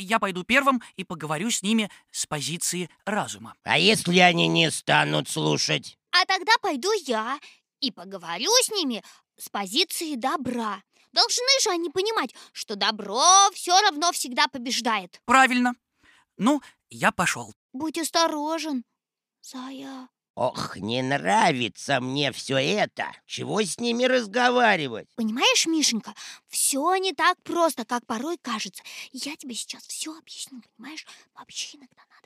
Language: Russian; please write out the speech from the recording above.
я пойду первым и поговорю с ними с позиции разума. А если они не станут слушать? А тогда пойду я и поговорю с ними с позиции добра. Должны же они понимать, что добро все равно всегда побеждает. Правильно. Ну, я пошел. Будь осторожен, Зая. Ох, не нравится мне все это. Чего с ними разговаривать? Понимаешь, Мишенька, все не так просто, как порой кажется. Я тебе сейчас все объясню, понимаешь? Вообще иногда надо